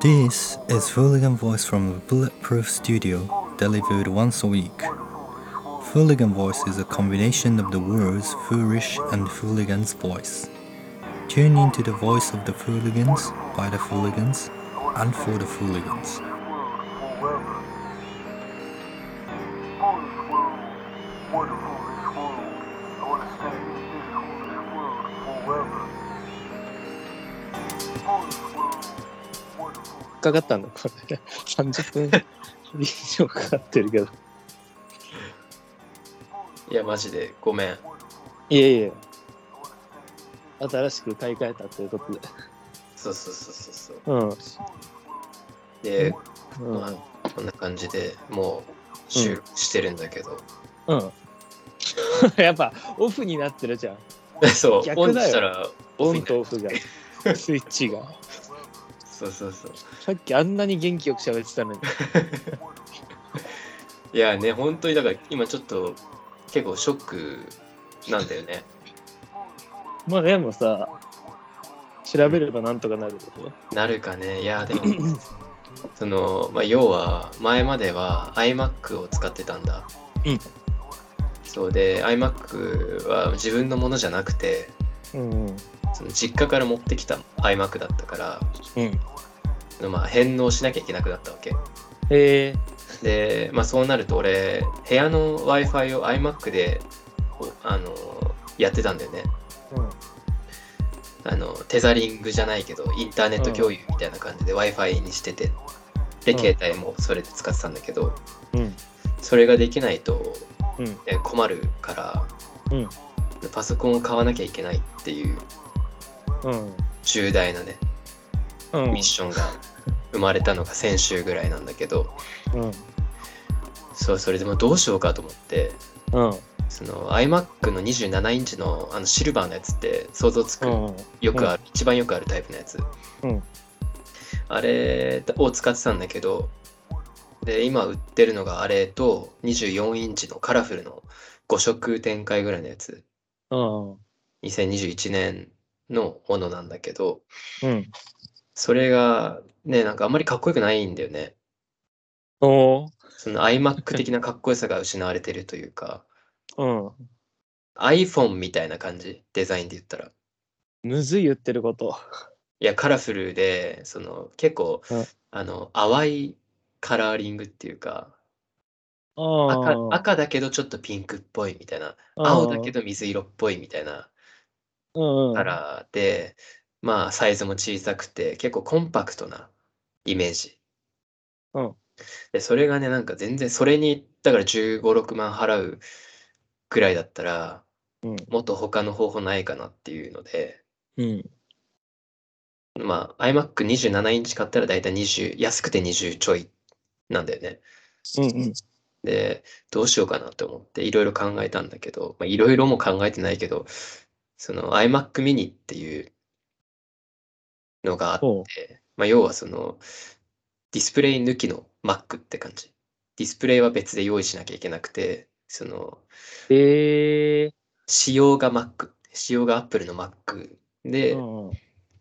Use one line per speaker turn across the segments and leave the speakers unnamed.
This is Hooligan Voice from Bulletproof Studio, delivered once a week. Hooligan Voice is a combination of the words foolish and hooligan's voice. Tune into the voice of the hooligans, by the hooligans, and for the hooligans.
引っかかったんだ、これ。30分以上かかってるけど。
いや、マジで、ごめん。
いえいえ。新しく買い替えたということで。
そうそうそうそうそう。
うん。
で、
うん。
まあ、こんな感じでもう収録してるんだけど、
うん、 やっぱオフになってるじゃん。
そう、オ
逆だよ
ンしたら
オン
になる
とオフが。スイッチが。
そうそうそう。
さっきあんなに元気よく喋ってたのに。
いやね、本当にだから今ちょっと結構ショックなんだよね。
まあでもさ、調べればなんとかなるでしょ。
なるかね、いや、でも、 その、まあ、要は前までは iMac を使ってたんだ。
うん。
そうで、iMac は自分のものじゃなくて、
うんうん。
その実家から持ってきた iMac だったから、
うん。
まあ、返納しなきゃいけなくなったわけ。
え
で、まあ、そうなると俺部屋の w i f i を iMac でこうあのやってたんだよね
ー、うん。
あのテザリングじゃないけどインターネット共有みたいな感じで w i f i にしててで
うん
携帯もそれで使ってたんだけど
うん。
それができないと、
うん
ね困るから、
うん
パソコンを買わなきゃいけないっていう
うん。
重大なね
うん
ミッションが生まれたのが先週ぐらいなんだけど
うん。
そうそれでもどうしようかと思って
うん。
その iMac の27インチのあのシルバーのやつって想像つく、
うん。
よくある、一番よくあるタイプのやつ、
うん
あれを使ってたんだけどで今売ってるのがあれと24インチのカラフルの5色展開ぐらいのやつ
うん。
2021年のものなんだけど
うん。
それがねなんかあんまりかっこよくないんだよね
おー
その iMac 的なかっこよさが失われてるというか
うん。
iPhone みたいな感じデザインで言ったら
むずい言ってること。
いや、カラフルで、その結構、
うん
あの淡いカラーリングっていうか赤、
あ
赤だけどちょっとピンクっぽいみたいな、
あ
青だけど水色っぽいみたいな
ど
カラーで、まあサイズも小さくて、結構コンパクトなイメージ。
うん
で、それがね、なんか全然、それに、だから15、6万払うくらいだったら、
うん
もっと他の方法ないかなっていうので、
うん。
まあ、iMac27 インチ買ったら大体20、安くて20ちょいなんだよね。
うんうん。
で、どうしようかなと思っていろいろ考えたんだけど、まあいろいろも考えてないけど、その iMac mini っていうのがあっ
そ
て、まあ、要はそのディスプレイ抜きの Mac って感じ。ディスプレイは別で用意しなきゃいけなくて、その
う。ええ
仕様が Mac、仕様が Apple の Mac で、
うんうん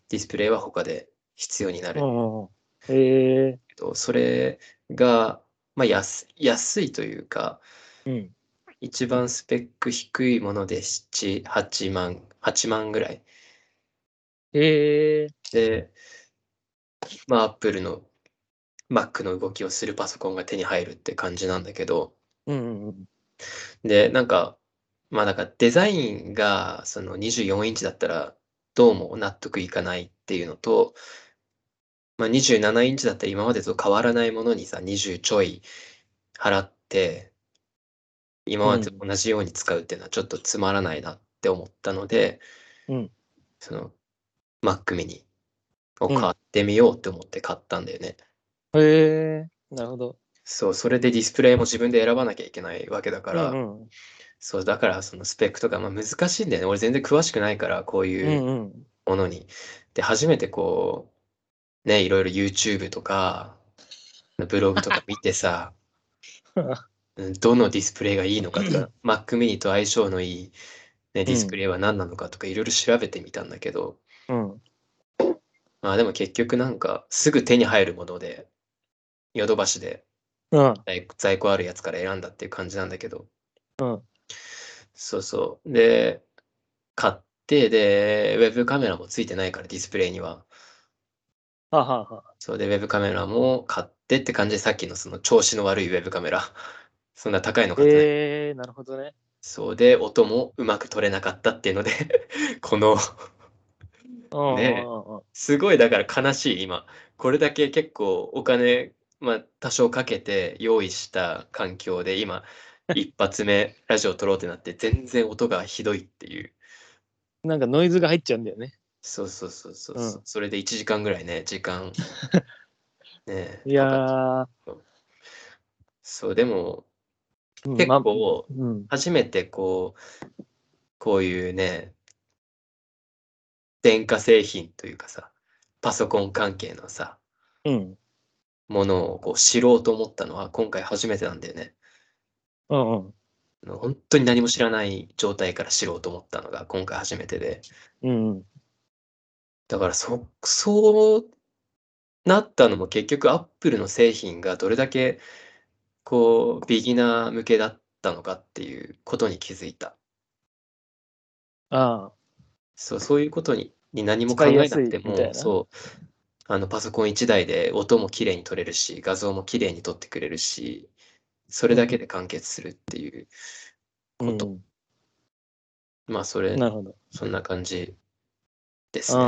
ディスプレイは他で必要になる。
うんうん。ええ
えっとそれが、まあ、安安いというか、
うん。
一番スペック低いもので7、8万、8万ぐらい。
ええ
で、まあ、Apple の Mac の動きをするパソコンが手に入るって感じなんだけど、
うんうんうん。
で、なんか、まあ、なんかデザインがその24インチだったら、どうも納得いかないっていうのと、まあ、27インチだったら今までと変わらないものにさ、20ちょい払って、今までと同じように使うっていうのはちょっとつまらないなって思ったので、
うん
その Mac mini を買ってみようって思って買ったんだよね。
ええなるほど。
そう、それでディスプレイも自分で選ばなきゃいけないわけだから、
うんうん
そう、だからそのスペックとか、まあ、難しいんだよね。俺全然詳しくないから、こう
う
いうん
うん。
ものに。で、初めてこう、ね、いろいろ YouTube とか、ブログと か見てさ、うんどのディスプレイがいいのかとか、Mac mini と相性のいいね、ディスプレイは何なのかとかいろいろ調べてみたんだけど、
うん。
まあでも結局なんかすぐ手に入るもので、ヨドバシで
うん。
在在庫あるやつから選んだっていう感じなんだけど。
うん
そうそう。で、買って、で、ウェブカメラもついてないから、ディスプレイには。
ははは。
そうで、ウェブカメラも買ってって感じで、さっきのその調子の悪いウェブカメラ。そんな高いの買ってない。
えー、なるほどね。
そうで、音もうまく取れなかったっていうので、 この、
うん。
ねえ
うんうんうん
すごいだから悲しい、今。これだけ結構お金、まあ、多少かけて用意した環境で、 今、一発目、ラジオ撮ろうってなって、全然音がひどいっていう。
なんかノイズが入っちゃうんだよね。
そうそうそうそう。
うん
それで1時間ぐらいね、時間。ねえ
いや
かかっ
ー、
そう、でも、
うん
結
まあ
構、
うん。
初めてこう、こういうね、電化製品というかさ、パソコン関係のさ、
うん。
ものをこう知ろうと思ったのは今回初めてなんだよね。
うんうん。
あの本当に何も知らない状態から知ろうと思ったのが今回初めてで。
うんうん。
だからそ、そうなったのも結局アップルの製品がどれだけこう、ビギナー向けだったのかっていうことに気づいた。
あ
そう、そういうことにに何も考えなくて
使いやすいみたい
も、
な
そう、あのパソコン1台で音も綺麗に撮れるし、画像も綺麗に撮ってくれるし、それだけで完結するっていう、
あ。
ことまあそれ、
なるほど。
そんな感じですね。
あ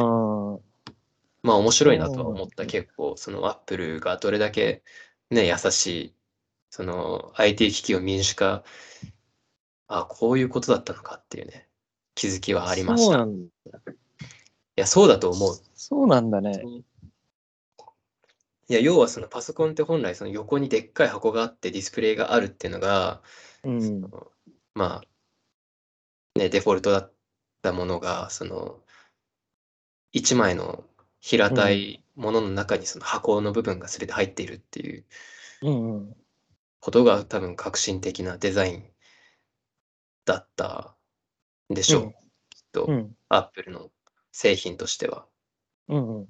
まあ面白いなとは思った、結構、そのアップルがどれだけね、優しい、その IT 機器を民主化、あ、こういうことだったのかっていうね、気づきは
あ。
ありまし
そう
た。い
なん
や、そうだと思う。
そうなんだね。
いや、要はそのパソコンって本来その横にでっかい箱があってディスプレイがあるっていうのが、
うん。
まあ、ね、デフォルトだったものが、その、一枚の平たいものの中にその箱の部分が全て入っているっていう
うんうん。
ことが多分革新的なデザインだったんでしょう。
うん
きっと、
うん。
アップルの製品としては。
うんうん。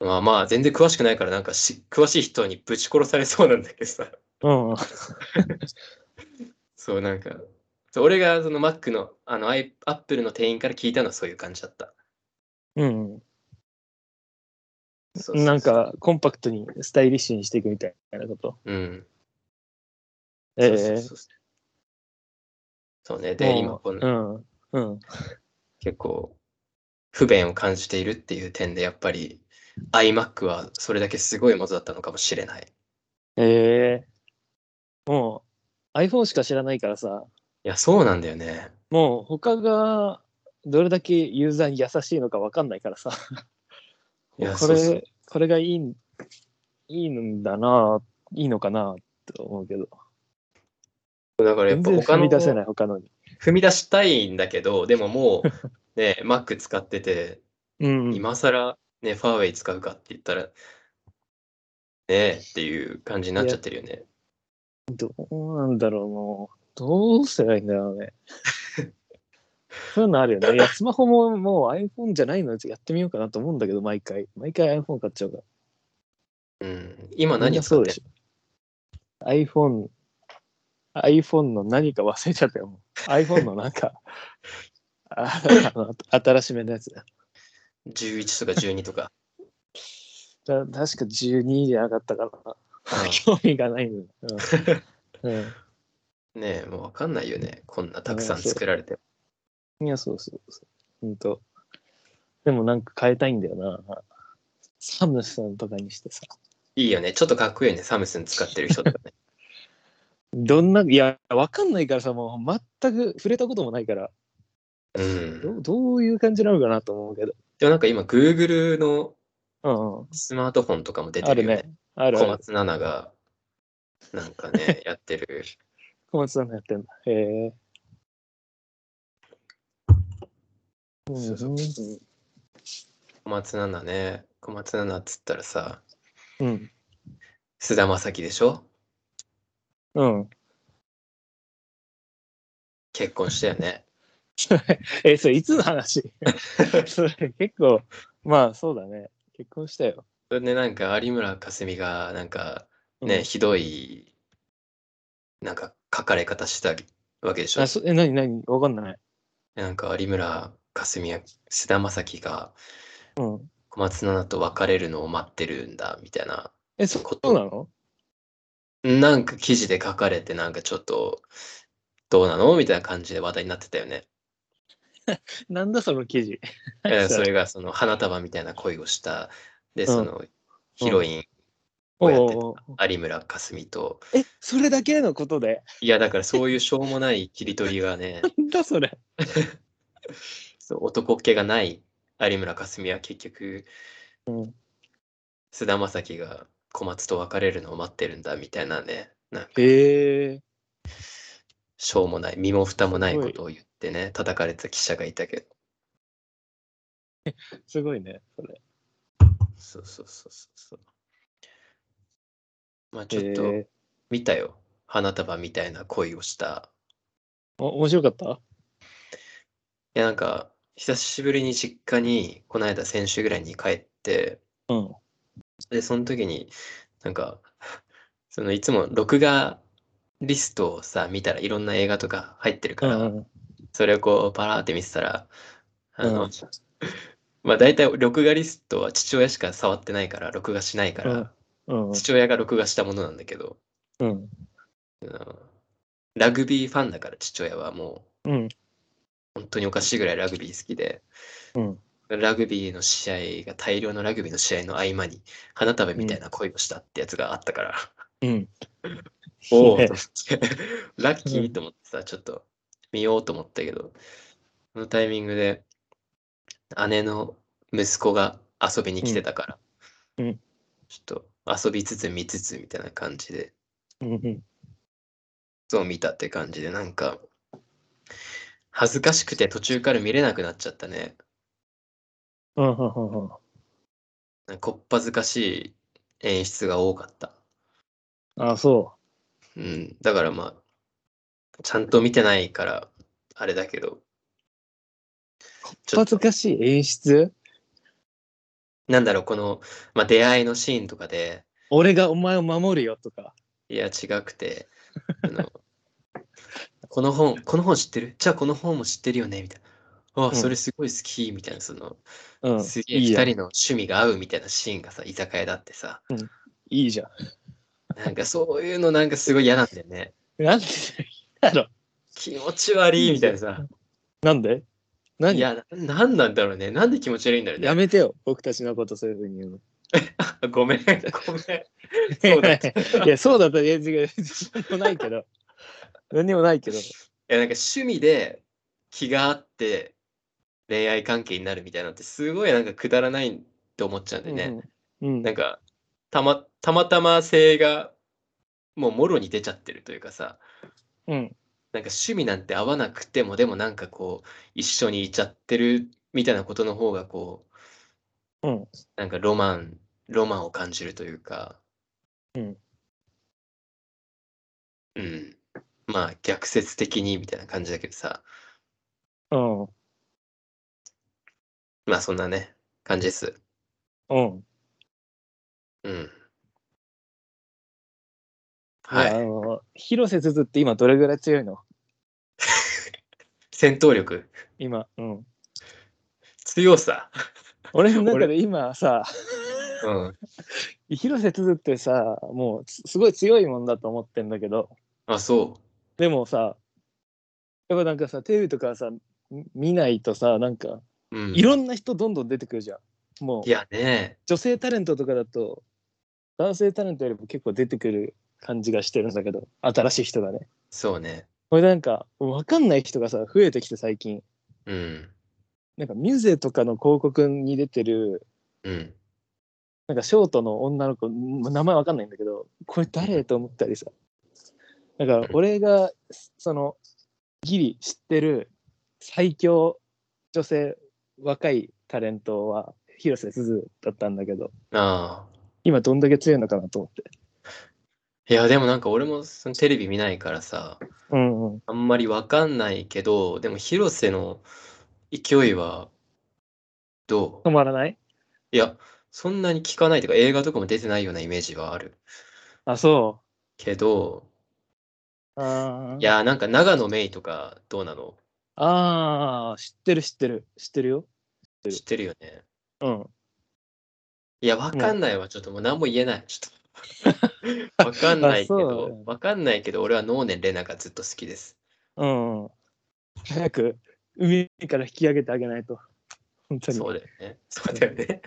まあまあ、全然詳しくないから、なんかし、詳しい人にぶち殺されそうなんだけどさ。
うんうん。
そう、なんか、そう俺がその Mac の、あの、アイアップルの店員から聞いたのはそういう感じだった。
うん。
そううんそう
なんか、コンパクトにスタイリッシュにしていくみたいなこと。
うん。
ええ
そうそうそうそうそうね。で、今この、
うん。うん。
結構、不便を感じているっていう点で、やっぱり iMac はそれだけすごいものだったのかもしれない。い
ええもう、iPhone しか知らないからさ、
や、そうなんだよね。
もう他がどれだけユーザーに優しいのか分かんないからさ、
いや
こ
そうそう
れ、これがいいん、いいんだな、いいのかな、と思うけど、
だからや
全
っぱ
然
他
踏
の
み出せない、他のに。
踏み出したいんだけど、でもも う、ね、Mac 使ってて、
うんうん。
今更ね、ファーウェイ使うかって言ったら、ねえっていう感じになっちゃってるよね。
どうなんだろう、もう。どうすればいいんだろうね。 そういうのあるよね。いや、スマホももう iPhone じゃないのやつやってみようかなと思うんだけど、毎回。毎回 iPhone 買っちゃうから。
うん。今
みん
何
な
を使
そ
っ
うで
てん
しょ。iPhone、iPhone の何か忘れちゃったよ。もう iPhone のなんか、 ああの新しめのやつだ。
の ?11 とか12 とか。
だ確か12じゃなかったから
う
な。
ん
興味がないのよ。うん
ねえ、もうわかんないよね。こんなたくさん
うんそう
作られて。
うん、いや、そうそうそう。ほんと。でもなんか変えたいんだよな。サムスンとかにしてさ。
いいよね。ちょっとかっこいいよね。サムスン使ってる人とかね。
どんな、いや、わかんないからさ、もう全く触れたこともないから、
うん。で
どうどういう感じなのかなと思うけど。
もなんか今、Google の
うんうん、
スマートフォンとかも出てるよ
あ
ね。
るあるあ
小
る。
松菜奈が、なんかね、やってる。
小松さんがやってんだ。へえ。うん
そうそう
う
小松菜奈ね。小松菜奈っつったらさ、
ん。
菅田将暉でしょ
うん。
結婚したよね。
え、それいつの 話それ結構、まあそうだね。結婚したよ。
それでなんか有村架純がなんか
うん
ね、ひどいなんか書かれ方してたわけでしょ
あ。そえ、なになにわかんない。
なんか有村架純や菅田将暉が
うん。
小松菜奈と別れるのを待ってるんだみたいな
え、そ
こと
そうなの
なんか記事で書かれてなんかちょっとどうなのみたいな感じで話題になってたよね。
なんだその記事。
え
そ
ー
れ
それがその花束みたいな恋をした
う
で
ん
そのヒロインをやってた有村架純と
え、それだけのことで。
いやだからそういうしょうもない切り取りが ね
なんだそれ。
そう男っ気がない有村架純は結局
うん
菅田将暉が小松と別れるのを待ってるんだみたいなねなんか
へえ。
しょうもない身も蓋もない
すご
こ
い
とを言ってね叩かれてた記者がいたけど
すごいね、それ。
そうそうそうそうそうまあちょっと
え
見たよ花束みたいな恋をした
ーお面白かった
いやなんか久しぶりに実家にこの間先週ぐらいに帰って
うん。
でその時になんかそのいつも録画リストをさ見たらいろんな映画とか入ってる
う
から、
んうん。
それをこうパラーって見てたらあの、
うん
まあ大体録画リストは父親しか触ってないから録画しないから、
うん
父親が録画したものなんだけど、
うん。
うんラグビーファンだから父親はも
うん。
う本当におかしいぐらいラグビー好きで
うん。
ラグビーの試合が大量のラグビーの試合の合間に花束みたいな恋をしたってやつがあったから、
うん。
おお
ね
と思って ラッキーと思ってさちょっと見ようと思ったけどそのタイミングで姉の息子が遊びに来てたから、
うんうん
ちょっと遊びつつ見つつみたいな感じで
うんうん。
そう見たって感じでなんか恥ずかしくて途中から見れなくなっちゃったね
うんうんうんうん
なんかこっぱずかしい演出が多かった
あ、そ
うん、だからまあ、ちゃんと見てないから、あれだけど、
う。恥ずかしい演出
なんだろう、この、まあ、出会いのシーンとかで、
俺がお前を守るよとか。
いや、違くて、あの この本、この本知ってるじゃあこの本も知ってるよねみたいな。あ
う
あ、
ん
それすごい好き、みたいな、その、
うん。
すげえ
いい
二
やん。
人の趣味が合うみたいなシーンがさ、居酒屋だってさ、
いいじゃん。
なんかそういうのなんかすごい嫌なんだよね。
なんで だろう
気持ち悪いみたいなさ。
なんで何
いや、なんなんだろうね。なんで気持ち悪いんだろうね
や。めてよ、僕たちのことそういうふうに言うの。
ごめん、ごめん。そう だった。
いや、そうだったら、いや、違う、何もないけ ど。何にもないけど。
いやなんか趣味で気があって恋愛関係になるみたいなのってすごいなんかくだらないって思っちゃうんでね、
うん、
なんかたまたまたま性がもうもろに出ちゃってるというかさ
うん、
なんか趣味なんて合わなくてもでもなんかこう一緒にいちゃってるみたいなことの方がこう、
うん
なんかロマンロマンを感じるというか
うん、
うん、まあ逆説的にみたいな感じだけどさ
うん、
まあそんなね、感じです。
うん。
うん。
いやあ
はい。
の、広瀬すずって今どれぐらい強いの
戦闘力、
今、うん。
強さ。
俺の中で今さ、
うん。
広瀬すずってさ、もうつすごい強いもんだと思ってんだけど、
あ、そ
でもさ、やっぱなんかさ、テレビとかさ、み見ないとさ、なんか、
う。うん。
いろんな人どんどん出てくるじゃん。もう
い、やね、
女性タレントとかだと男性タレントよりも結構出てくる感じがしてるんだけど新しい人がね
そうね。
これでなんか分かんない人がさ増えてきて最近
うん。
なんかミュゼとかの広告に出てる
うん。
なんかショートの女の子ん名前分かんないんだけどこれ誰と思ったりさだから俺がそのギリ知ってる最強女性若いタレントは広瀬すずだったんだけど
ああ。
今どんだけ強いのかなと思って
いや、でもなんか俺もそのテレビ見ないからさ、
うんうん。
あんまりわかんないけど、でも広瀬の勢いは、どう
止まらない
いや、そんなに聞かないというか、映画とかも出てないようなイメージはある
あ、そ
けど、
う。あー
いや、なんか長野芽郁とかどうなの
あー、知ってる知ってる。知ってるよ。
知ってるよね。
うん。
いや、わかんないわ。ちょっともう何も言えない。ちょっ と。わかんないけ
あそう
ど、わかんないけど、俺は能年玲奈がずっと好きです。
うんうん。早く海から引き上げてあげないと。本当に。
そうだよね。そうだよ ね。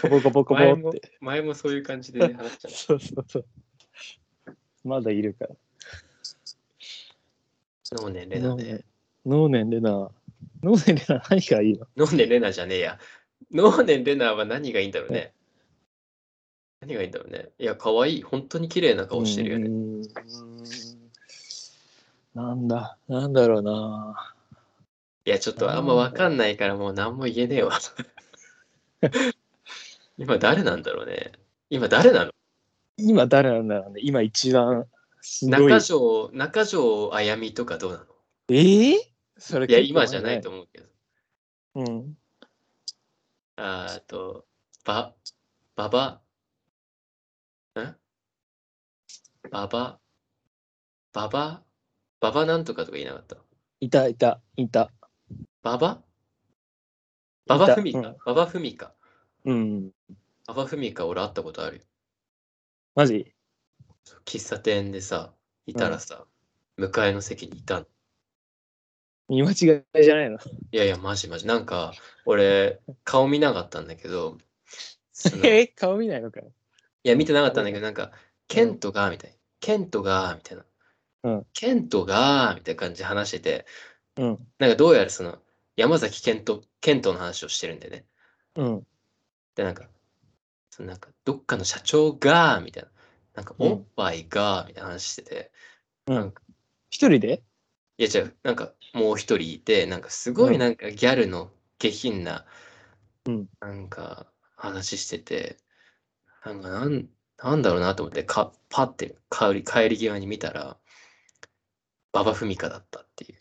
コボコボコボ
前も
って。
前もそういう感じで話しちゃう。
そうそうそう。まだいるから。
能年玲奈ね。
能年レナ。能年レナ何がいいの
能年玲奈じゃねえや。能年玲奈は何がいいんだろうね。何がいいんだろうね。いや、可愛い。本当に綺麗な顔してるよね。
うーんなんだ、なんだろうな。
いや、ちょっとあんまわかんないからもう何も言えね えわ。今誰なんだろうね。今誰なの
今誰なんだろうね。今一番すごい。
中条、中条あやみとかどうなの
えー、それ
いや、
結構
今じゃないと思うけど。
前だね。うん。
あーあと、ば、ばば、んばば、ばば、ばばなんとかとか言いなかった。
いた、いた、いた。
ばばばばふみ
う
か
ん。
ばばふみか。
うん。
ばばふみか、俺会ったことあるよ。
マジ
喫茶店でさ、いたらさ、向かいの席にいたの。
見間違いじゃ ないの。
いやいや、マジマジ。なんか、俺、顔見なかったんだけど、その
えー、顔見ないのかよ。
いや、見てなかったんだけど、なんか、ケントが、みたいな。ケントが、みたいな。
うん
ケントが、みたいな感じで話してて、
うん。
なんかどうやらその、山崎ケント、ケントの話をしてるんだよね。
うん。
で、なんか、そのなんか、どっかの社長が、みたいな。なんか、
うん
おっぱいが、みたいな話してて、
一人で
いや、じゃあ、なんか、もう一人いて、なんか、すご
う
い
ん
なんか、ギャルの下品な、
うん
なんか、話してて、なんか、なん、なんだろうなと思って、か、パって帰り、帰り際に見たら、馬場ミカだったってい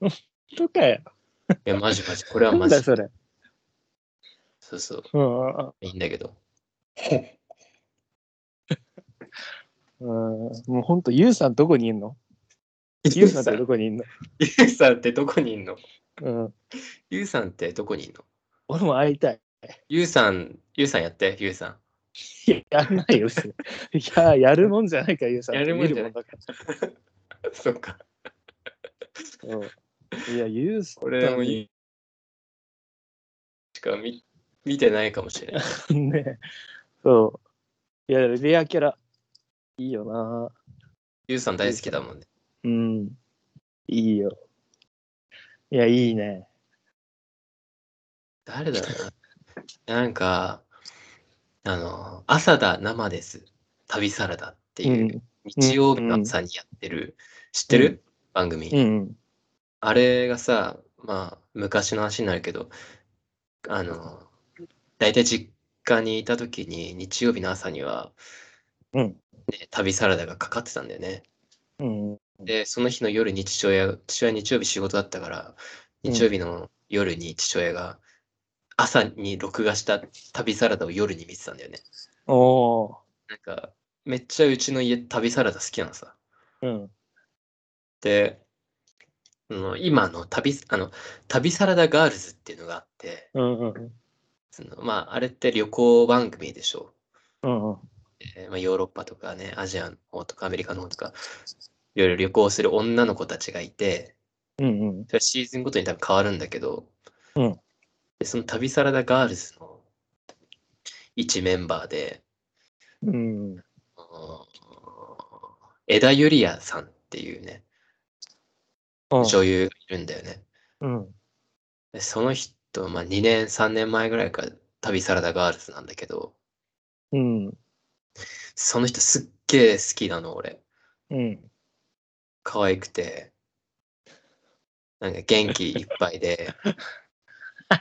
う。い
とかよ。
や、マジマジ、これは
な
マ
ん
ジ
だ。それ。
そうそう、
うん。うん
いいんだ けど。
もうほんと、ゆうさんどこにいんのゆうさんってどこにいんの
ゆうさんってどこにいんの
うん。
ゆうさんってどこにいんの
俺も会いたい。
ゆうさん、ゆうさんやって、ゆうさん。
いや、やんないよ、別にいや、やるもんじゃないから、ゆうさん。
やるもんじゃな
見
い
だか
そっか。
らうんいや、ゆうさん。
俺もゆしか見見てないかもしれない。
ね。そう。いや、レアキャラ。いいよな。
ゆうさん大好きだもんね。
うん。いいよ。いや、いいね。
誰だろうな。なんか、あの、朝だ生です。旅サラダって
う。
いうん日曜日の朝にやってる、知ってる、番組、
うん。
あれがさ、まあ、昔の話になるけど、あの、大体実家にいた時に日曜日の朝には、
うん
ね旅サラダがかかってたんだよね。
うん。
で、その日の夜に父親、父親日曜日仕事だったから、
うん
日曜日の夜に父親が、朝に録画した旅サラダを夜に見てたんだよね。
おお
なんか、めっちゃうちの家旅サラダ好きなのさ。
ー。うん。
で、あの今の旅、あの、旅サラダガールズっていうのがあって、
うんうん。
そのまあ、あれって旅行番組でしょ。
うんうん。
えーまあ、ヨーロッパとかね、アジアの方とかアメリカの方とか、いろいろ旅行する女の子たちがいて、
うんうん。
それはシーズンごとに多分変わるんだけど、
うん
でその旅サラダガールズの一メンバーで、
うん。
あの枝ゆりやさんっていうね、女優がいるんだよね。
うん。
でその人、まあ、2年、3年前ぐらいから旅サラダガールズなんだけど、
うん。
その人すっげえ好きなの、俺。
うん。
可愛くて、なんか元気いっぱいで、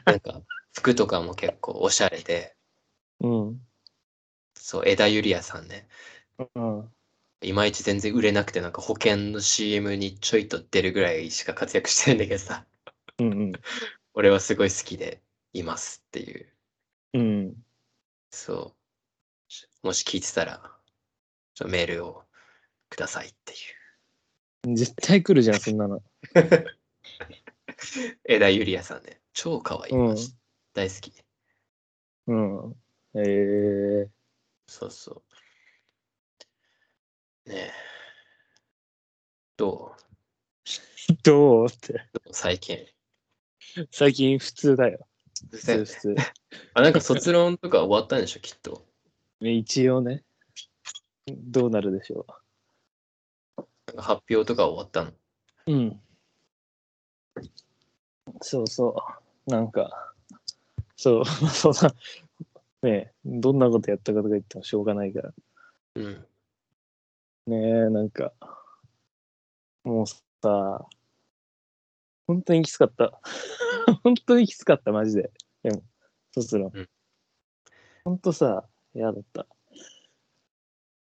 なんか服とかも結構おしゃれで、
うん。
そう、枝ゆりやさんね。
うん。
いまいち全然売れなくて、なんか保険の CM にちょいと出るぐらいしか活躍してないんだけどさ、
うん
俺はすごい好きでいますっていう。
うん。うん。
そう。もし聞いてたら、ちょっとメールをくださいって
絶対来るじゃん、そんなの。
いう。枝ゆりやさんね。超可愛い。
うん
大好き。
うん。ええ
そうそう。ねえ。どう
どう って。
どう最近。
最近普通だよ。普通普通。
あ、なんか卒論とか終わったんでしょ、きっと。
ね一応ね。どうなるでしょ
なんか発表とか終わったの。
う。うん。そうそう。なんか、そう、 そんな、ねえどんなことやったかとか言ってもしょうがないから。
うん。
ねえ、なんか、もうさ、本当にきつかった。 本当にきつかった、マジで。でも、卒論
うん。
本当さ、嫌だった。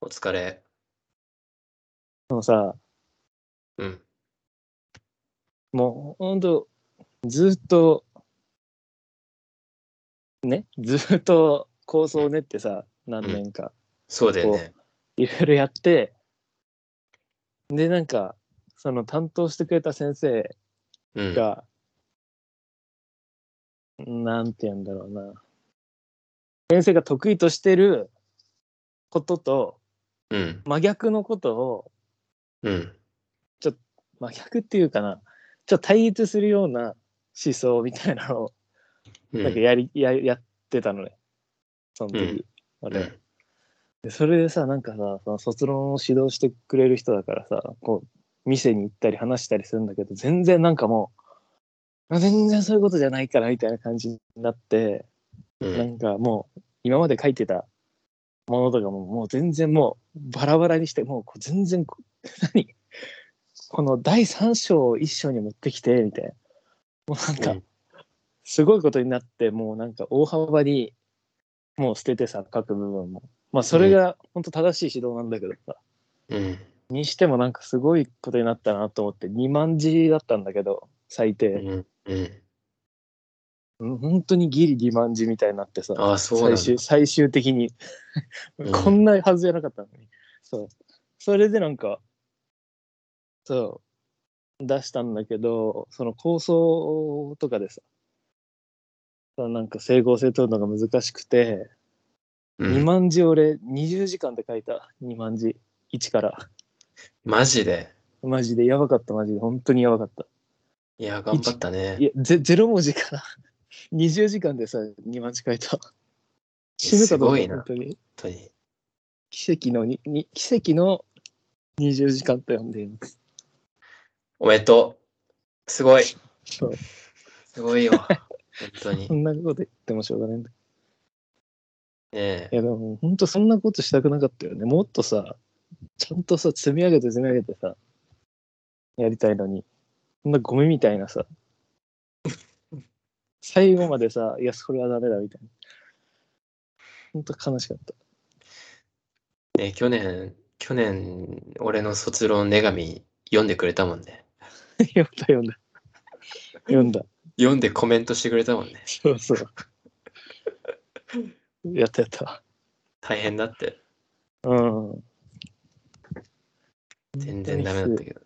お疲れ。
でもさ、
うん。
もう本当、ずっと、ね、ずっと構想を練ってさ、何年か、
そうだよね。
いろいろやって、で、なんか、その担当してくれた先生
うん。
が、なんて言うんだろうな。先生が得意としてることと
うん。
真逆のことを、
うん。
真逆っていうかな、ちょっと対立するような思想みたいなのを、
うん。
なんかやり、ややってたのね。その時、
うん
俺、でそれでさ、なんかさ、その卒論を指導してくれる人だからさ、こう、店に行ったり話したりするんだけど、全然なんかもう、あ全然そういうことじゃないからみたいな感じになって、
うんう。
なんんかもう今まで書いてたものとかももう全然もうバラバラにしてもうこう全然こ 何この第三章を一章に持ってきてみたいなもうなん
う
か
ん
すごいことになってもうなんか大幅にもう捨ててさ書く部分もまあそれが本当正しい指導なんだけどさ
うん。
にしてもなんかすごいことになったなと思って2万字だったんだけど最低、
うん。うん。
うん本当にギリ2万字みたいになってさ
ああ、そうなん
最終
だ。
最終的に、
うん
こんなはずじゃなかったのにそうそれでなんかそう出したんだけどその構想とかでさそうなんか整合性取るのが難しくて、
うん
2万字俺20時間で書いた2万字1から
マジで。
マジでやばかったマジで本当にやばかった
いや、頑張ったね
い。やゼゼロ文字から20時間でさ2万字書いた死ぬかと思
すご
っ
い
た
な
本当に
本当に。
奇跡のにに奇跡の20時間と呼んでいます。
おめでとう。すごい。
そう
すごいよ。 本当に。
そ
ね
んなこと言ってもしょうがないんだ
え
い。やでも本当そんなことしたくなかったよね。もっとさ、ちゃんとさ、積み上げて積み上げてさ、やりたいのに、そんなゴミみたいなさ、最後までさ、いや、それはダメだみたいな。本当悲しかった。
ね、去年、去年、俺の卒論女神読んでくれたもんね。
読んだ読んだ。読んだ。
読んでコメントしてくれたもんね。
そう そう。やったやった。
大変だって。
うん。
全然ダメだったけどね。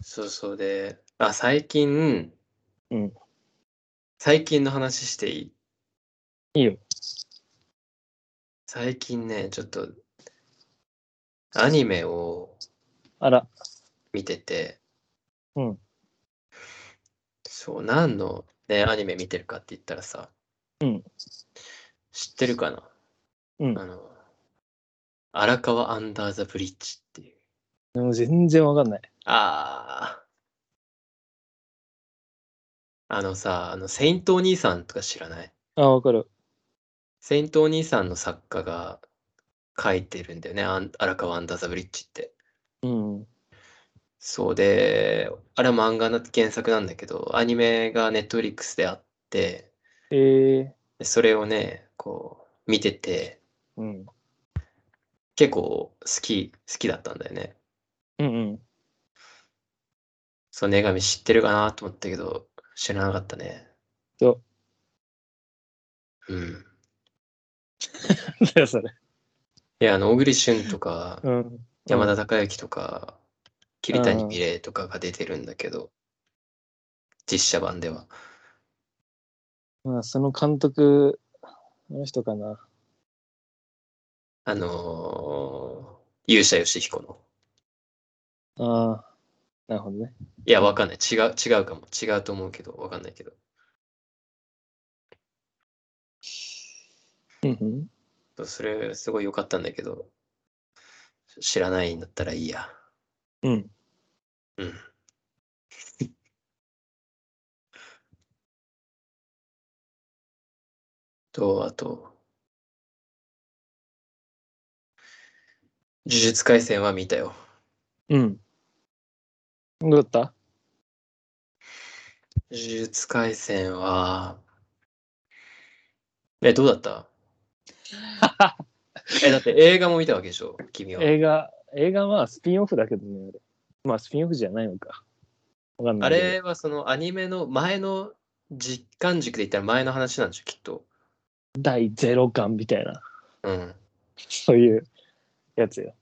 そうそうで、あ、最近、
うん
最近の話していい
いいよ。
最近ね、ちょっと、アニメを
あら。
見てて、
うん。
そう、何のね、アニメ見てるかって言ったらさ、
うん。
知ってるかな
うん。
あの、荒川アンダーザブリッジっていう。
でも全然わかんない。
ああ。あのさ、あの、セイントお兄さんとか知らない
あ、わかる。
セイントお兄さんの作家が書いてるんだよね。アン荒川アンダーザブリッジって。
うん。
そうで、あれは漫画の原作なんだけど、アニメがネットフリックスであって、
えー、
でそれをね、こう、見てて、
うん。
結構好き、好きだったんだよね。
うんうん。
そう、女神知ってるかなと思ったけど、知らなかったね。。
そう
うん。
なんだよ、それ。
いや、あの、小栗旬とか、
うん。
山田孝之とか、桐谷美玲とかが出てるんだけど、実写版では。
まあ、その監督、あの人かな。
あのー、勇者よしひこの。
ああ。なるほどね。
いや、わかんない。違う、違うかも。違うと思うけど、わかんないけど。
うんうん。
そうそれ、すごい良かったんだけど、知らないんだったらいいや。
うん。
うん。と、あと、呪術廻戦は見たよ。
うん。どうだった
呪術廻戦は、え、どうだった え、だって映画も見たわけでしょ君は。
映画、映画はスピンオフだけどね、あれまあ、スピンオフじゃないのか。わかんな
あ
いけど。
れはそのアニメの前の実感軸で言ったら前の話なんでしょきっと。
第0巻みたいな、
うん。
そういうやつよ。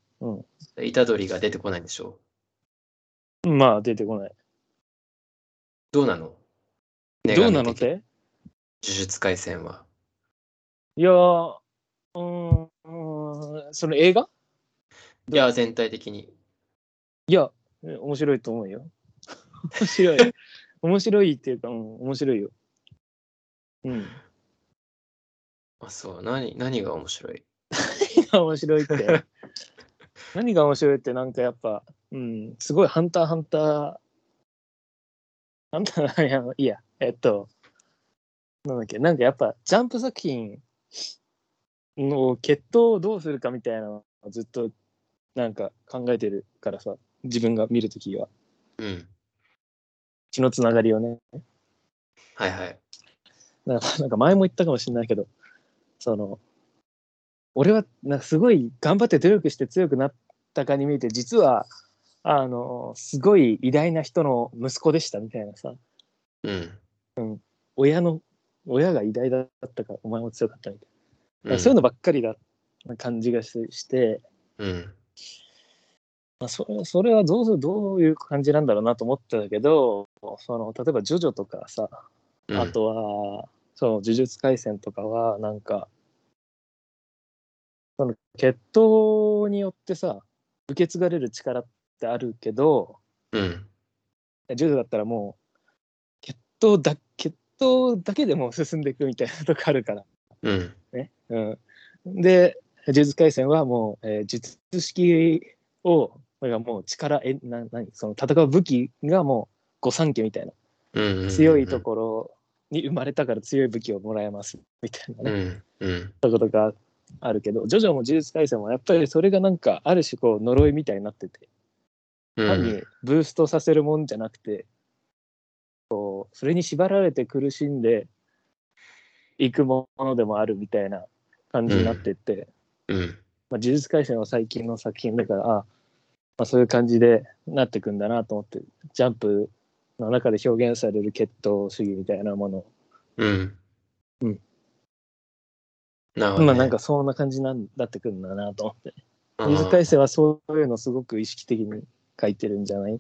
虎杖が出てこないんでしょ
まあ、出てこない。
どうなの
どうなのっ
女神的呪
て
術廻戦は。
いやー、うーん、うーんその映画
いや、全体的に。
いや、面白いと思うよ。面白い。 面白いっていうか、うん、面白いよ。うん。
あ、そう。何、何が面白い
何が 面白いって。 何が面白いって、なんかやっぱ、うん、すごいハンターハンター、ハンター、いや、いいや、えっと、なんだっけ、なんかやっぱ、ジャンプ作品の決闘をどうするかみたいなのをずっと、なんか考えてるからさ、自分が見るときは、
うん。
血のつながりをね。
はいはい。
なんか なんか前も言ったかもしれないけど、その、俺はなんかすごい頑張って努力して強くなったかに見えて、実は、あの、すごい偉大な人の息子でしたみたいなさ、
うん。
親の、親が偉大だったから、お前も強かったみたいな。
うん
そういうのばっかりだな感じがしして、
うん。
まあ、それそれはどうするどういう感じなんだろうなと思ってたけど、その例えばジョジョとかさ、
うん
あ。とは、その呪術廻戦とかは、なんか、その血統によってさ、受け継がれる力ってあるけど、
うん。
柔道だったらもう、血統だ、血統だけでもう進んでいくみたいなとこあるから。
うん。
ね。うん。で、呪術廻戦はもう、えー術式を、だからもう力、え、な、なに、その戦う武器がもう、御三家みたいな。
うん。うん
強いと。ころに生まれたから強い武器をもらえますみたいな
う
ね、
ん。うん。
ことがあるけどジョジョも呪術廻戦もやっぱりそれがなんかある種こう呪いみたいになってて、
うん。
単にブーストさせるもんじゃなくてこうそれに縛られて苦しんでいくものでもあるみたいな感じになってって、
うん。
まあ、呪術廻戦は最近の作品だからあ、まあ、そういう感じでなってくんだなと思ってジャンプの中で表現される血統主義みたいなものを
うん。
うん。
なるほどね。
まあなんかそんな感じなんだってくるんだなと思って。
うん、
水回生はそういうのすごく意識的に書いてるんじゃないっ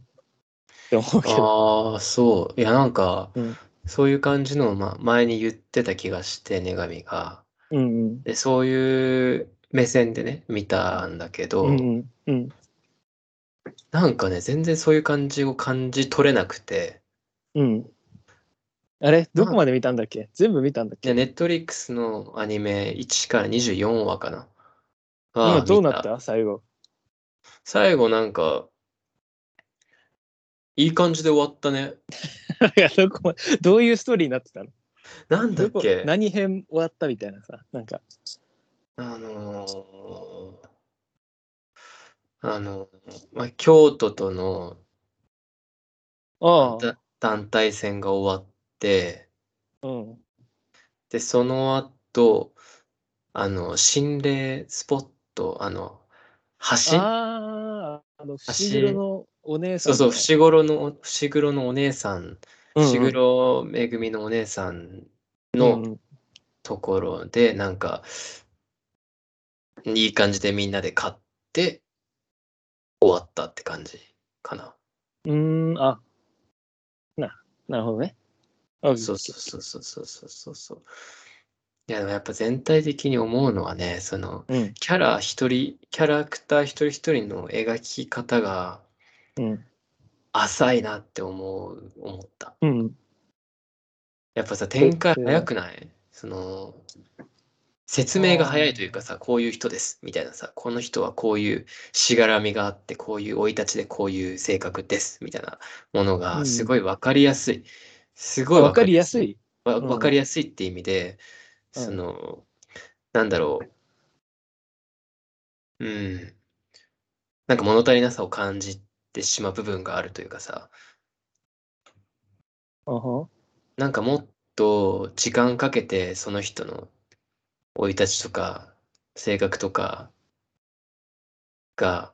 て思うけど。
ああ、そう。いや、なんか、
うん
そういう感じのを、まあ、前に言ってた気がして、女神が。
うん
で、そういう目線でね、見たんだけ
う
ど、
ん。うんうん。
なんかね、全然そういう感じを感じ取れなくて、
うん。あれどこまで見たんだっけ全部見たんだっ
で、
け
ネットリックスのアニメ1から24話かな。は
今どうな
見
った最後。
最後なんか、いい感じで終わったね。
いやどこまでどういうストーリーになってたの
なんだっ
どこ
け
何編終わったみたいなさ。なんか。
あのーあのーまあ、京都との
ああ。
だ団体戦が終わって、
うん。
で、その後、あの、心霊スポット、あの、橋
ああ、あの、伏黒のお姉さ
そ
んね。
うそう、伏黒の、伏黒のお姉さん、
うんうん
伏黒めぐみのお姉さん
うんう
の
ん
ところで、なんか、いい感じでみんなで買って、終わったって感じかな。
うーん、あ、な、なるほどね。あ
そうそうそうそうそうそうそう。いや、でもやっぱ全体的に思うのはね、その、
うん、
キャラ一人、キャラクター一人一人の描き方が
うん、
浅いなって思う、思った。
うん。
やっぱさ、展開早くないその、説明が早いというかさ、こういう人です、みたいなさ、この人はこういうしがらみがあって、こういう生い立ちでこういう性格です、みたいなもの
う
が、
ん
すごいわかりやすい。すごい
わかりや
い
すい。
わ
うん
わかりやすいって意味で、
うん
その、なんだろう。うん。なんか物足りなさを感じてしまう部分があるというかさ、
あは
なんかもっと時間かけてその人の生い立ちとか性格とかが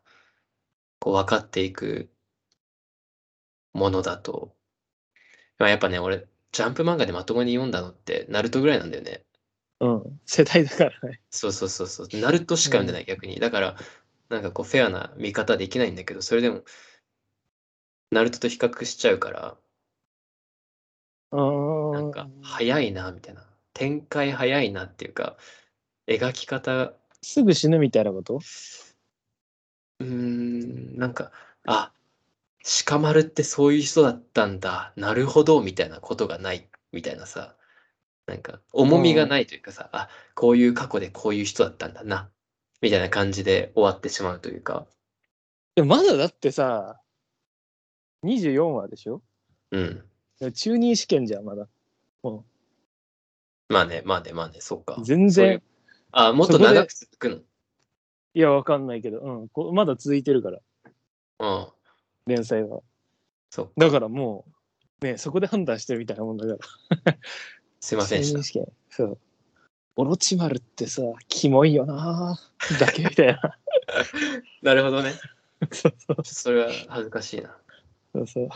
こう分かっていくものだと。まあやっぱね、俺、ジャンプ漫画でまともに読んだのって、ナルトぐらいなんだよね。
うん。世代だからね。
そうそうそうそう。ナルトしか読んでない、逆に。だから、なんかこう、フェアな見方できないんだけど、それでも、ナルトと比較しちゃうから、
うー
なんか、早いな、みたいな。展開早いなっていうか、描き方、
すぐ死ぬみたいなこと
うーん、なんか、あ、鹿丸ってそういう人だったんだ、なるほど、みたいなことがない、みたいなさ、なんか、重みがないというかさ、あ、こういう過去でこういう人だったんだな、みたいな感じで終わってしまうというか、
でもまだだってさ、24話でしょ
うん。
でも中任試験じゃん、まだ。
まあね、まあね、まあね、そうか。
全
そうい
然
う。あ、もっと長く続くの。
いや、わかんないけど、うんこ。まだ続いてるから、
うん。
連載は。
そう
だからもう、ね、そこで判断してるみたいなもんだから。
すいませんで
中
した
任。試験。そう。オロチマルってさ、キモいよなーだけみたい な。
なるほどね。
そうそう
それは恥ずかしいな。い
そうそう。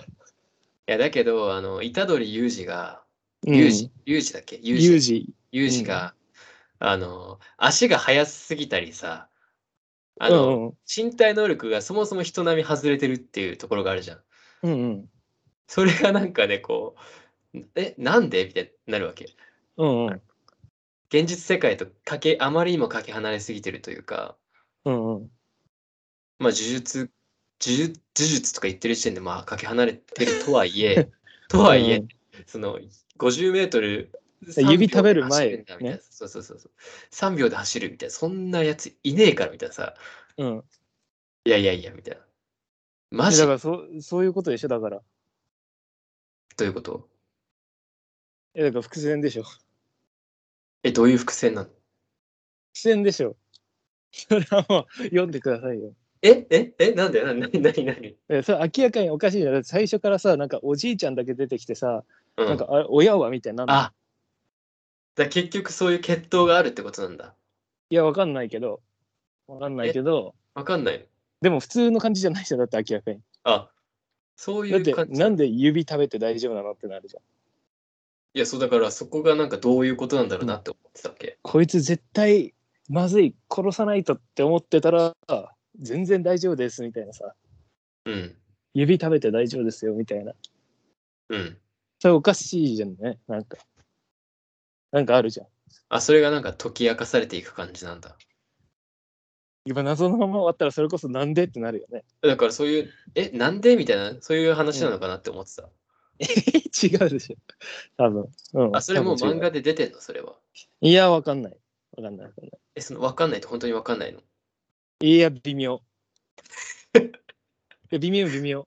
や、だけど、あの、虎杖裕二が、
うん
裕二、裕二だっけ裕
ユー
二。
ジ。
裕二が、あの、足が速すぎたりさ、あ
う
の、
んうん
身体能力がそもそも人並み外れてるっていうところがあるじゃん。
うん
それがなんかね、こう、え、なんでみたいになるわけ。
うんうん
現実世界とかけ、あまりにもかけ離れすぎてるというか、
うんうん
まあ、呪術、呪術、呪術とか言ってる時点で、まあ、かけ離れてるとは いえ、とはいえ、その、50メートル、
指食べる前
3秒で走んだみたいな
ね
そうそうそうそう。3秒で走るみたいな、そんなやついねえからみたいなさ、
うん
いやいやいや、みたいな。マジ
だからそうそういうことでしょだから
ということ
えだから伏線でしょ伏
え、どういう伏線なの
線でしょ それはもう読んでくださいよ
えええなんでなんで 何何何
えそれ明らかにおかしいじゃんだって最初からさなんかおじいちゃんだけ出てきてさ、
うん。
なんかあれ親はみたいになるの
あだ結局そういう決闘があるってことなんだ。
いやわかんないけどわかんないけど
わかんない。
でも普通の感じじゃないじゃんだって明らかに
あ、そうい
だっ
う
て
感じ。
なんで指食べて大丈夫なのってなるじゃん
いや、そうだから、そこがなんかどういうことなんだろうなって思ってたっけ。
こいつ絶対まずい殺さないとって思ってたら全然大丈夫ですみたいなさ
うん。
指食べて大丈夫ですよみたいな
うん。
それおかしいじゃんねなんかなんかあるじゃん
あ、それがなんか解き明かされていく感じなんだ。
今謎のまま終わったらそれこそなんでってなるよね
だからそういう、え、なんでみたいな、そういう話なのかなって思ってた。
違うでしょ多分、うん、
あ、それもう
多分違
漫
う
画で出てんの、それは。
いやわかんないわかんないわかんな
え、その、わかんないって本当にわかんないの。
いいや微妙いや微妙微妙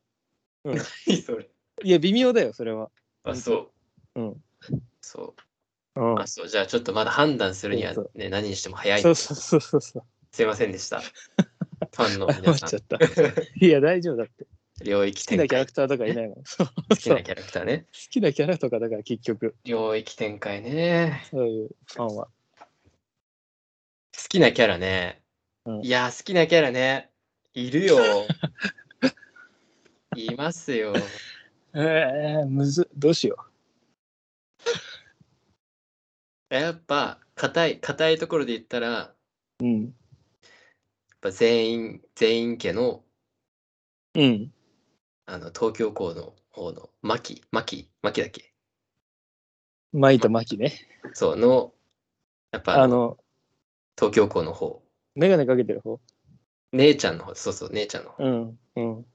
いいそれ。
いや微妙だよそれは
あ、そうう。
ん。
そうう。
ん
あ、そう。じゃあちょっとまだ判断するには
そうそ
ね、何にしても早い
そ。うそうそうそうそう
すいません でした。ファンの
謝
皆
っ
さ
ちゃ
ん、
ったいや大丈夫だって
領域
好きな
展
キャラ
開。
クターとかいないもん そう
好き
そう
なキャラクターね。
好きなキャラとかだから結局
領域展開ね。
そういうファンは
好きなキャラね。
うん
いやー、好きなキャラね。いるよ。 いますよ。
えー、むず、どうしよ
やっぱ、硬い、硬いところで言ったら、やっ
う。うん。
ぱ全員、全員家の、
うん。
あの、東京校の方の、牧、牧、牧だっけ
マイとマキね。
そう、の、やっぱ、
あの、
東京校の方。
メガネかけてる方。
姉ちゃんの方、そうそう、姉ちゃんの方。
うん。うん。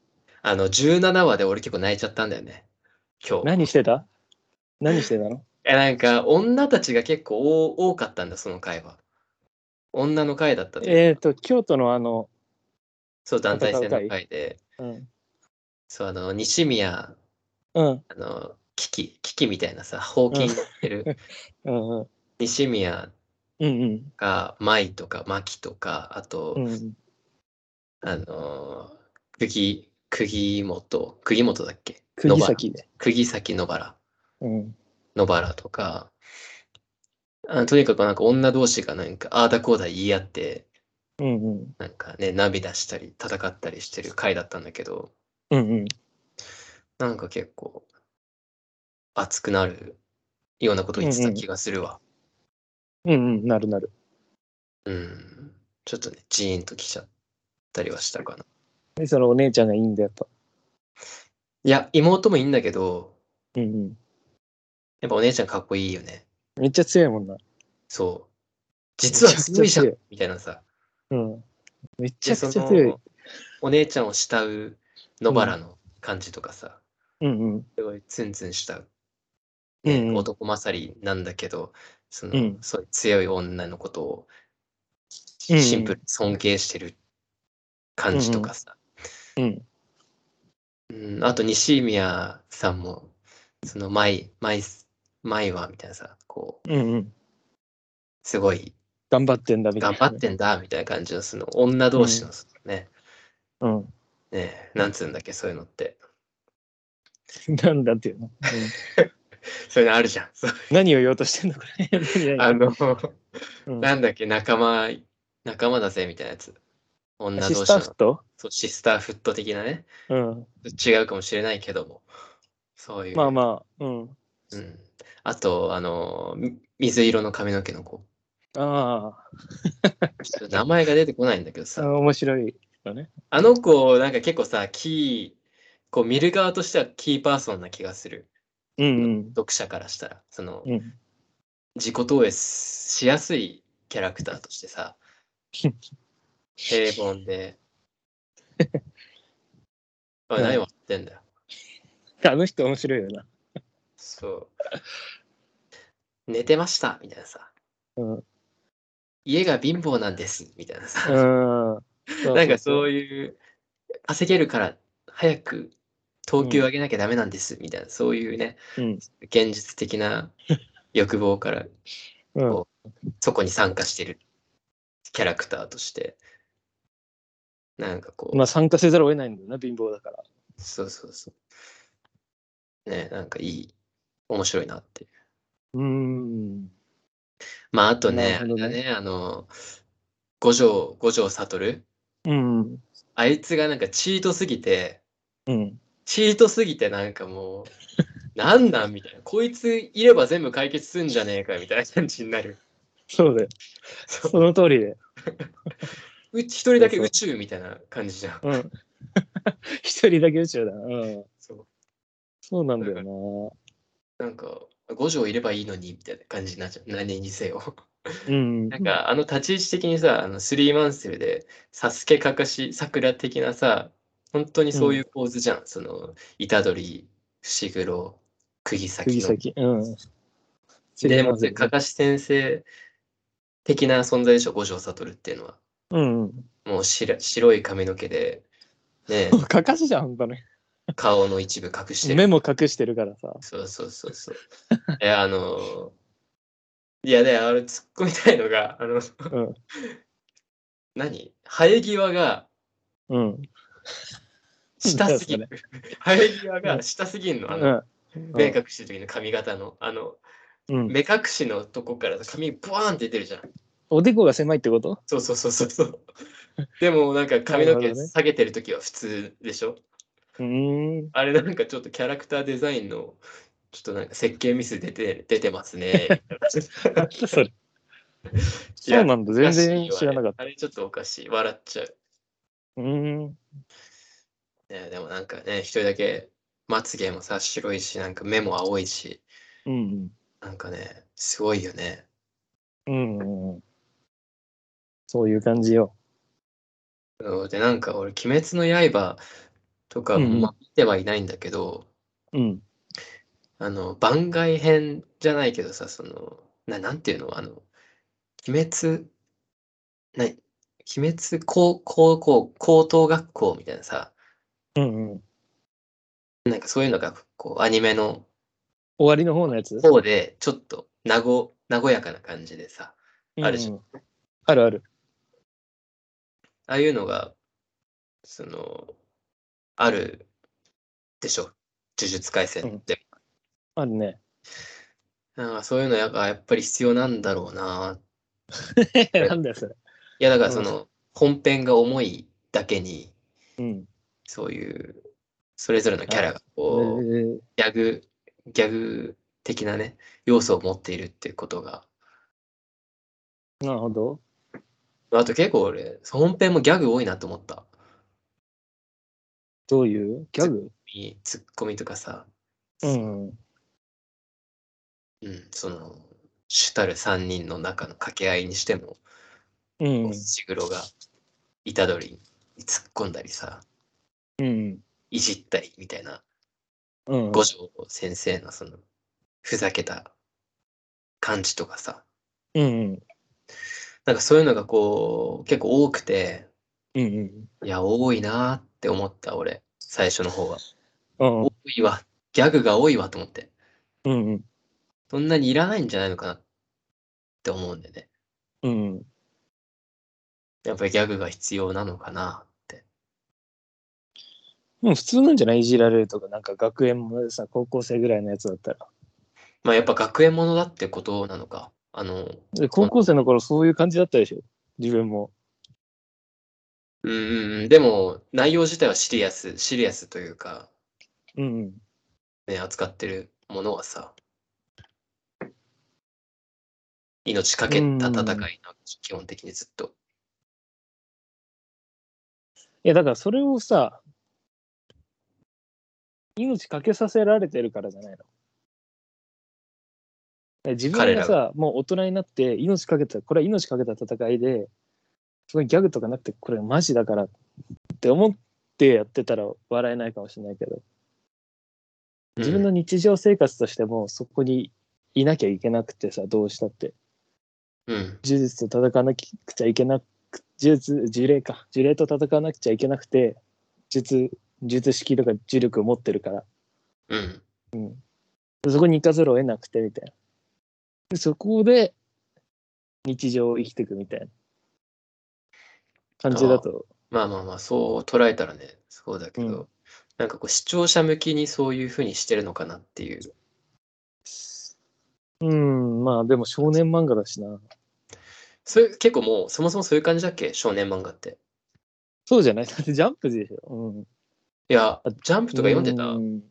あの、17話で俺結構泣いちゃったんだよね。今日。
何してた何してたの
え、なんか、女たちが結構多多かったんだ、その会は。女の会だったという か
えっ、ー、と、京都のあの、
そう、団体戦
戦う会
の会で、
うん。
そう、あの、西宮、
うん。
あの、キキ、キキみたいなさ、ほうきに乗ってる、
うん。うん。
西宮
うん。
が、舞とか、牧とか、あと、
うん。
あのー、釘、釘本、釘本だっけ
釘先で。
野原釘崎野原、
うん。
野原とか、あとにかくなんか女同士がなんか、ああだこうだ言い合って、
うん。うん。
なんかね、涙したり、戦ったりしてる回だったんだけど、
うん。うん。
なんか結構熱くなるようなことを言ってた気がするわ。
うん。うん。なるなる。
うん、ちょっとね、ジーンときちゃったりはしたかな。
で、そのお姉ちゃんがいいんだ、やっぱ。
いや、妹もいいんだけど、
うん。うん。
やっぱお姉ちゃんかっこいいよね。
めっちゃ強いもんな。
そう。実は強いじゃ
め
ん
ちゃくちゃ強い
みたいなさ。
うん。めっち
で
ゃ
そ
く
の
ちゃ強い。
お姉ちゃんを慕う野原の感じとかさ、
うんうん。
すごいツンツンした、
う
ね
んうん
男勝りなんだけど、その、
うん
そういう強い女のことを
うんうん
シンプルに尊敬してる感じとかさ。
うん。
うん、あと西宮さんも、その舞、舞、舞はみたいなさ、こ
う
う、
んうん。
すごい
頑張ってんだ、みたい
頑
な。
張ってんだみたいな感じの、その女同士のそのね、
うん。
ねなんつうんだっけ、そういうのって。
なんだっていうの。
そういうのある じゃん。そう
何を言おうとしてんのこれ。何
あ
々
の、
うん
なんだっけ、仲間、仲間だぜみたいなやつ。女
アシ
同
ス
士
タン
の
フと
そうシスターフット的なね、
うん。
違うかもしれないけども、そういう。
まあまあ、うん。
あ。うん、あと、あの、み水色の髪の毛の子。
あ
ちょっと名前が出てこないんだけど
あ、
さ。
面白いよね。
あの子、なんか結構さ、キー、こう見る側としてはキーパーソンな気がする。
うん
読者からしたら。その
う、ん。うん。
自己投影しやすいキャラクターとし てさ、平凡で。あ、何笑ってんだよ。
あの人面白いよな。
そう。寝てました、みたいなさ。
うん。
家が貧乏なんです、みたいなさ。
うん。
なんかそう
いう。
ういう、稼げるから早く等級上げなきゃダメなんです、みたいな、そういうね、
うん。
現実 的な欲望から
うん。
そこに参加してるキャラクターとして、なんかこう、
まあ参加せざるを得ないんだよな、貧乏だから。
そうそうそう。ね、なんかいい、面白いなっていう。
うん。
まあ、あとね、
なるほどね
あれだね、あの、五条、五条悟
うん。
あいつがなんかチートすぎて、
うん。
チートすぎてなんかもう、なんなんみたいな。こいついれば全部解決すんじゃねえかみたいな感じになる。
そうだよ。
そう
その通りで。
う一人だけ宇宙みたいな感じじゃん。
うん。一人だけ宇宙だ。うん。
そう
そうなんだよ
なんか、五条いればいいのにみたいな感じになっちゃう。何にせよ。
な。うん。
なんか、あの立ち位置的にさ、あのスリーマンセルで、サスケかかし、桜的なさ、本当にそういう構図じゃん。その、虎杖、伏黒、
釘
釘崎の。
先。うん。
でも、かかし先生的な存在でしょ、五条悟っていうのは。
うん。
もう白白い髪の毛で、 ね、
かかしじゃん、ほんとね。
顔の一部隠 して
目
る。
も隠してるからさ。
そうそうそうそう。え、あの、いやね、あれ、突っ込みたいのが、あの、
うん
何生え際が
うん。
下すぎる。生え際
う
が
ん
下すぎるの。あ
う
の、
ん。
目隠してる時の髪型の、あの、
うん。
目隠しのとこから髪ブワーンって出てるじゃん。
おでこが狭いってこと
そうそうそうそうそう。でもなんか髪の
なる
毛
ほどね
下げてるときは普通でしょ、
うーん。
あれなんかちょっとキャラクターデザインのちょっとなんか設計ミス出て出てますね。
なんだ それ。そうなんだ。全然知らなかった。
た。あれちょっとおかしい。笑っちゃう。
うーん。
ね、でもなんかね、一人だけまつげもさ、白いし、なんか目も青いし、
うん
なんかね、すごいよね。
うん。うんうん。そういう感じよ。
そうで、なんか俺、鬼滅の刃とか、
うんうん
まあ、見てはいないんだけど、
うん。
あの、番外編じゃないけどさ、その、ななんていうのあの、鬼滅、な鬼滅高高校、高等学校みたいなさ、
うんうん。
なんかそういうのが、こう、アニメの
終わりの方のやつ
方で、ちょっと、なご、和やかな感じでさ、あるじゃん
うんうんあるある。
ああいうのが、その、あるでしょ。呪術廻戦って。
ある ね。
なんかそういうのやっぱやっぱり必要なんだろうな。
なんだよ、それ。
いや、だからそ
うん
の、本編が重いだけに、
うん。
そういう、それぞれのキャラが、
え
こう、
ー
ギャグ、ギャグ的なね、要素を持っているっていうことが。
なるほど。
あと結構俺、本編もギャグ多いなと思った。
どういうギャグ
ツッコミとかさ、
うん。
うん、その、主たる3人の中の掛け合いにしても、
うん。
石黒が虎杖に突っ込んだりさ
うん。
いじったりみたいな
うん。
五条先生のそのふざけた感じとかさ
うん。
なんかそういうのがこう結構多くて
うん。
いや多いなーって思った俺最初の方は
うん
多。いわギャグが多いわと思って
うん。
そんなにいらないんじゃないのかなって思うんでね
うん。
やっぱりギャグが必要なのかなって
うん、普通なんじゃないいじられるとか、なんか学園もさ、高校生ぐらいのやつだったら。
まあやっぱ学園ものだってことなのかあの
で高校生の頃そういう感じだったでしょ自分も。
うんうんうん、でも内容自体はシリアス、シリアスというか、
うん。
ね、扱ってるものはさ、命かけた戦いな、基本的にずっと。
いや、だからそれをさ、命かけさせられてるからじゃないの。で自分
彼
が
ら
さ、もう大人になって、命かけた、これは命かけた戦いで、そのギャグとかなくて、これマジだからって思ってやってたら笑えないかもしれないけど、自分の日常生活としてもそこにいなきゃいけなくてさ、どうしたって。
うん、うん、
呪術と戦わなくちゃいけなく呪術呪霊か呪霊と戦わなくちゃいけなくて術術式とか呪力を持ってるから
うん、
そこに行かざるを得なくてみたいなでそこで日常を生きていくみたいな感じだと
まあまあまあ、そう捉えたらね、そうだけど、
うん
なんかこう視聴者向きにそういうふうにしてるのかなっていう。
うんまあでも少年漫画だしな
それ結構もう、そもそもそういう感じだっけ少年漫画って。
そうじゃないだってジャンプでしょ、うん、
いや、ジャンプとか読んでた
うん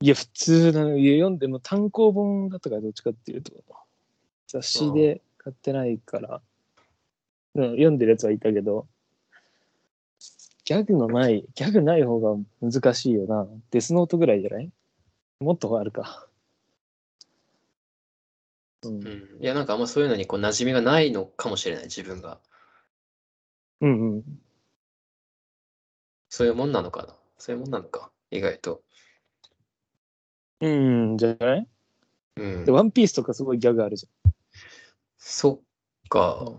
いや普通なのいや読んでも単行本だったからどっちかっていうと雑誌で買ってないから、うん、読んでるやつはいたけどギャグのないギャグない方が難しいよなデスノートぐらいじゃないもっとあるかうん、う
うんん、いや、なんかあんまそういうのにこう馴染みがないのかもしれない、自分が。
うん、
そういうもんなのかなそういうもんなのか意外と。
うん、じゃない
うん
で、ワンピースとかすごいギャグあるじ
そっ
ゃん。
か。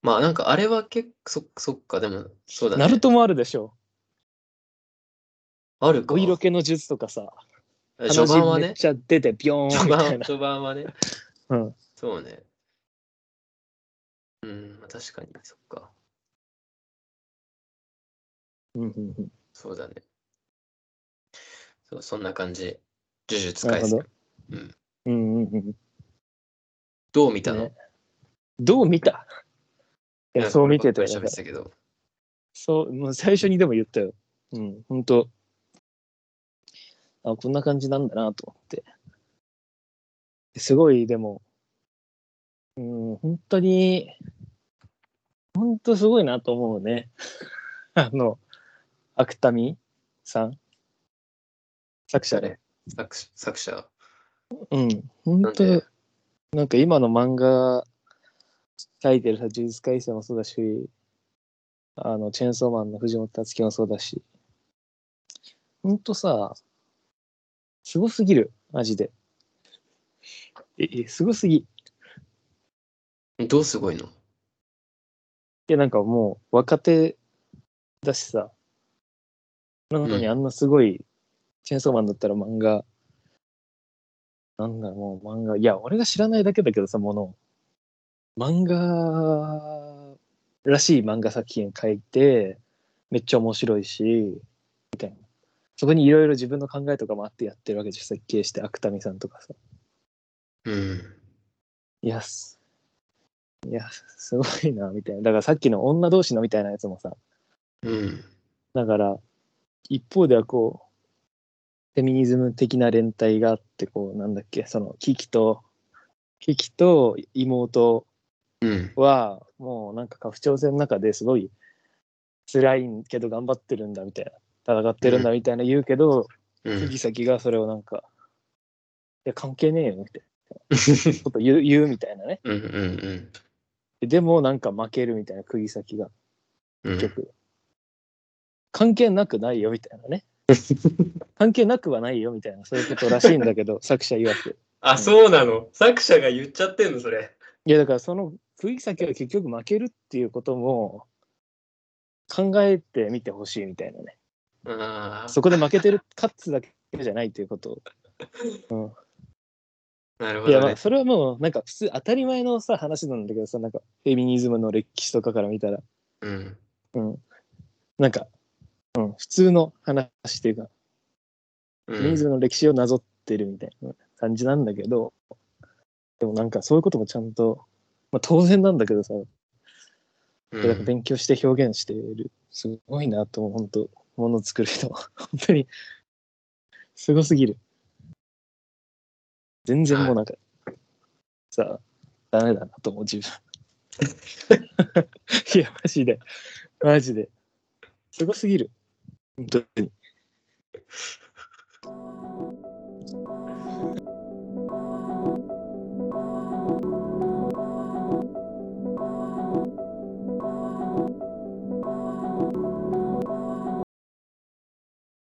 まあなんかあれは結構、そそっか、でもそうだね。
ナルトもあるでしょ。
あるか。
お色気の術とかさ。
序盤は
めっ
ね。
ちゃ出てビョーン
序
みたい
盤
な。
序盤はね。
うん、
そうね。うん、まあ確かに、そっか。
うんうんうん
そうだね。そうそんな感じ。呪術
なる
廻
ほど
戦。うん。
うんうんうん
どう見たの、
ねどう見たいや、そう見てて、
喋ってたけど。
そう、もう最初にでも言ったよ。うん、ほんと。あ、こんな感じなんだなと思って。すごい、でも、うん、本当に、本当すごいなと思うね。 あの、芥見さん作者で。
作作者。
うん、本当
なんで
なんか今の漫画書いてるさ、呪術廻戦もそうだし、あの、チェーンソーマンの藤本達樹もそうだし、ほんとさ、すごすぎる、マジで。え、えすごすぎ。い
どうすごいの
や、なんかもう若手だしさ、なのにあんなすごい、チェーンソーマンだったら漫画、なんだろう、もう漫画、いや、俺が知らないだけだけどさ、もの、漫画らしい漫画作品書いて、めっちゃ面白いし、みたいな。そこにいろいろ自分の考えとかもあってやってるわけじゃん、設計して、芥見さんとかさ。
うん。
いや、すいや、すごいな、みたいな。だからさっきの女同士のみたいなやつもさ、
うん。
だから一方ではこうフェミニズム的な連帯があってこうなんだっけそのキキとキキと妹
うん。
はもうなんか家父長制の中ですごい辛いけど頑張ってるんだみたいな戦ってるんだみたいな言うけど、
う
次
ん。
先がそれをなんかいや関係ねえよみたい なこと言う言うみたいなね
うんうん
でもなんか負けるみたいな釘先が
うん。うん
結局、関係なくないよみたい なね関係なくはないよみたいなそういうことらしいんだけ ど作者曰く
あ、そうなの。作者が言っちゃってんの、それ。
いやだからその釘先は結局負けるっていうことも考えてみてほしいみたいなね
あ
そこで負けてる勝つだけじゃないということを
あ、なるほ
いや
ど
ま
ね
あ。それはもうなんか普通当たり前のさ話なんだけどさなんかフェミニズムの歴史とかから見たら
うん。
なんか、うん、普通の話っていうか
う
フェミニズ
ん。
ムの歴史をなぞってるみたいな感じなんだけど、でもなんかそういうこともちゃんと、まあ、当然なんだけどさ、
う
なんか
ん
勉強して表現してる、すごいなと思う、本当もの作る人 は、本当に、すごすぎる。全然もうなんか、さあ、ダメだなと思う、自分。 いや、マジで、マジで、すごすぎる。本当に。